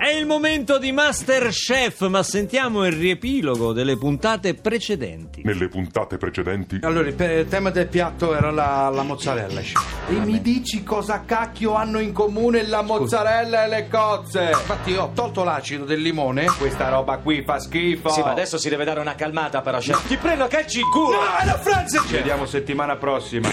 È il momento di Masterchef, ma sentiamo il riepilogo delle puntate precedenti. Nelle puntate precedenti Eh, Allora, il pe- il tema del piatto era la, la mozzarella. chef. E mi dici cosa cacchio hanno in comune la mozzarella e le cozze? Infatti, ho tolto l'acido del limone. Questa roba qui fa schifo. Sì, ma adesso si deve dare una calmata, però, chef. Ti prendo calci in culo! No, è la Francia! Ci vediamo settimana prossima.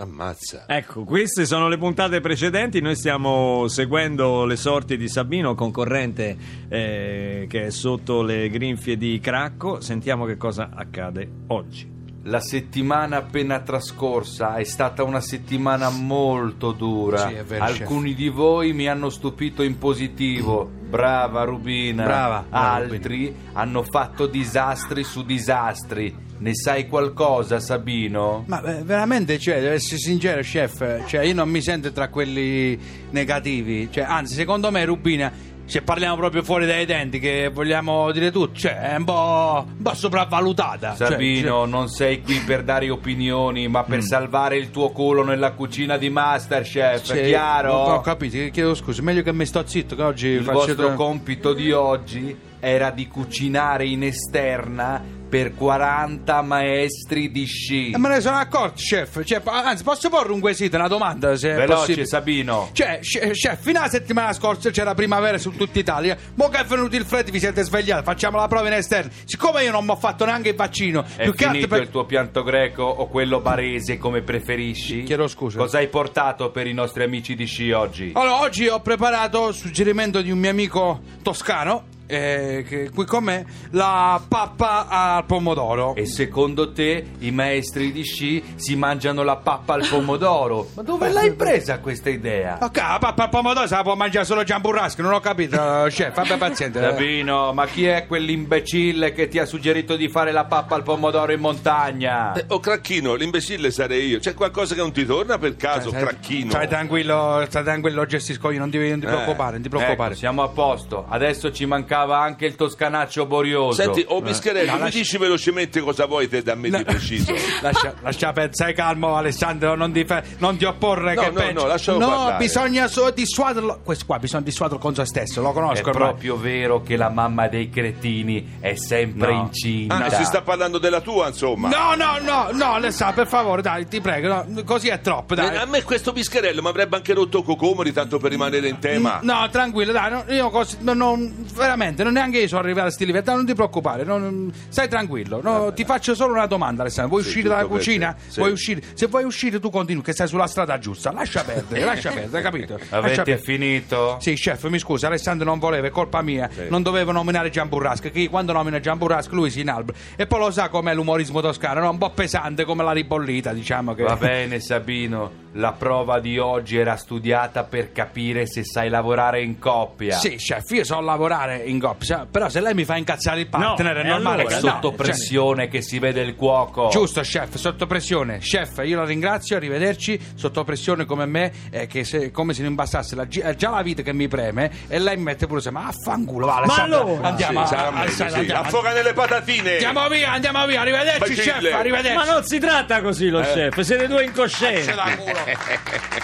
Ammazza. Ecco, queste sono le puntate precedenti, noi stiamo seguendo le sorti di Sabino, concorrente eh, che è sotto le grinfie di Cracco, sentiamo che cosa accade oggi. La settimana appena trascorsa è stata una settimana molto dura. Sì, è vero, Alcuni di voi mi hanno stupito in positivo. Brava Rubina. Brava, brava, Altri hanno fatto disastri su disastri. Ne sai qualcosa, Sabino? Ma eh, veramente, cioè, devo essere sincero, chef, eh, cioè, io non mi sento tra quelli negativi. Cioè, anzi, secondo me, Rubina, se parliamo proprio fuori dai denti, che vogliamo dire tutto, cioè, è un po', un po' sopravvalutata. Cioè, Mm. Sabino, non sei qui per dare opinioni, ma per salvare il tuo culo nella cucina di Masterchef, cioè, chiaro? Ho ho capito, chiedo scusa, meglio che mi sto zitto, che oggi Il faccio... vostro compito di oggi era di cucinare in esterna per 40 maestri di sci. Eh, Ma ne sono accorto, chef. Cioè, pa- anzi, posso porre un quesito, una domanda? Se è Veloce, possibile? Sabino. Cioè, che- chef, fino alla settimana scorsa c'era primavera su tutta Italia. Mo che è venuto il freddo, vi siete svegliati. Facciamo la prova in esterno. Siccome io non mi ho fatto neanche il vaccino, È che altro finito il tuo pianto greco o quello barese come preferisci? Chiedo scusa. Oh. Cosa hai portato per i nostri amici di sci oggi? Allora, oggi ho preparato, suggerimento di un mio amico toscano, eh, che qui con me, la pappa al pomodoro. E secondo te i maestri di sci si mangiano la pappa al pomodoro? Eh. Ah. Ma dove l'hai presa questa idea? Ok, la pappa al pomodoro se la può mangiare solo Gian Burrasco, non ho capito, eh, chef, vabbè paziente. Sabino, ma chi è quell'imbecille che ti ha suggerito di fare la pappa al pomodoro in montagna? Eh, oh, Cracchino, l'imbecille sarei io. C'è qualcosa che non ti torna per caso, Stai- Cracchino? Eh, Stai tranquillo, stai tranquillo, gestisco io, non ti, Eh, non ti preoccupare, non ti preoccupare. Ecco, siamo a posto. Adesso ci mancava anche il toscanaccio borioso. Senti, Eh. oh Bischerelli, No, mi lascia- dici velocemente cosa vuoi te da me di preciso? Lascia, lascia per- stai calmo Alessandro, non ti, fe- non ti opporre No, che no, peggio. no, lascialo No, parlare. bisogna solo dissuaderlo. Questo qua bisogna dissuaderlo con se stesso, lo è conosco ormai. proprio vero che la mamma dei cretini è sempre No. incinta. Ah, si sta parlando della tua, insomma. Eh, No, no, no, no, Alessandro, per favore, dai, ti prego, no, così è troppo, Eh, A dai. me questo Bischerello mi avrebbe anche rotto Cocomori, tanto per rimanere in tema. No, tranquillo, dai, no, io così, no, non- veramente, non neanche io sono arrivato a questi livelli, dai, non ti preoccupare, non- stai tranquillo. no, ti faccio solo una domanda, Alessandro, vuoi Sì, uscire dalla tutto per cucina? te, sì. Vuoi uscire? Se vuoi uscire tu continui, che stai sulla strada giusta, lascia perdere, lascia perdere, capito? Lascia Avete perdere. finito? Sì, chef, mi scusa, Alessandro non voleva, è colpa mia. Non dovevo nominare Gian Burrasca, che quando nomina Gian Burrasca lui si inalba. E poi lo sa com'è l'umorismo toscano, no? un po' pesante come la ribollita, diciamo che... Va bene, Sabino. La prova di oggi era studiata per capire se sai lavorare in coppia. Sì, chef, io so lavorare in coppia, però se lei mi fa incazzare il partner No, è e normale. allora? È che- sotto no, cioè- pressione che si vede il cuoco. Giusto, chef, sotto pressione. Chef, io la ringrazio, arrivederci. Sotto pressione come me, eh, che se, come se non bastasse la, gi- eh, già la vita che mi preme, e lei mi mette pure se, ma affanculo, va, Alessandro, allora? andiamo, Sì, a- sarà meglio, Alessandro, sì. andiamo, Affoga nelle patatine. andiamo via, andiamo via, arrivederci, Bacille. chef, arrivederci. Eh. Ma non si tratta così lo chef, siete due incoscienti. da culo.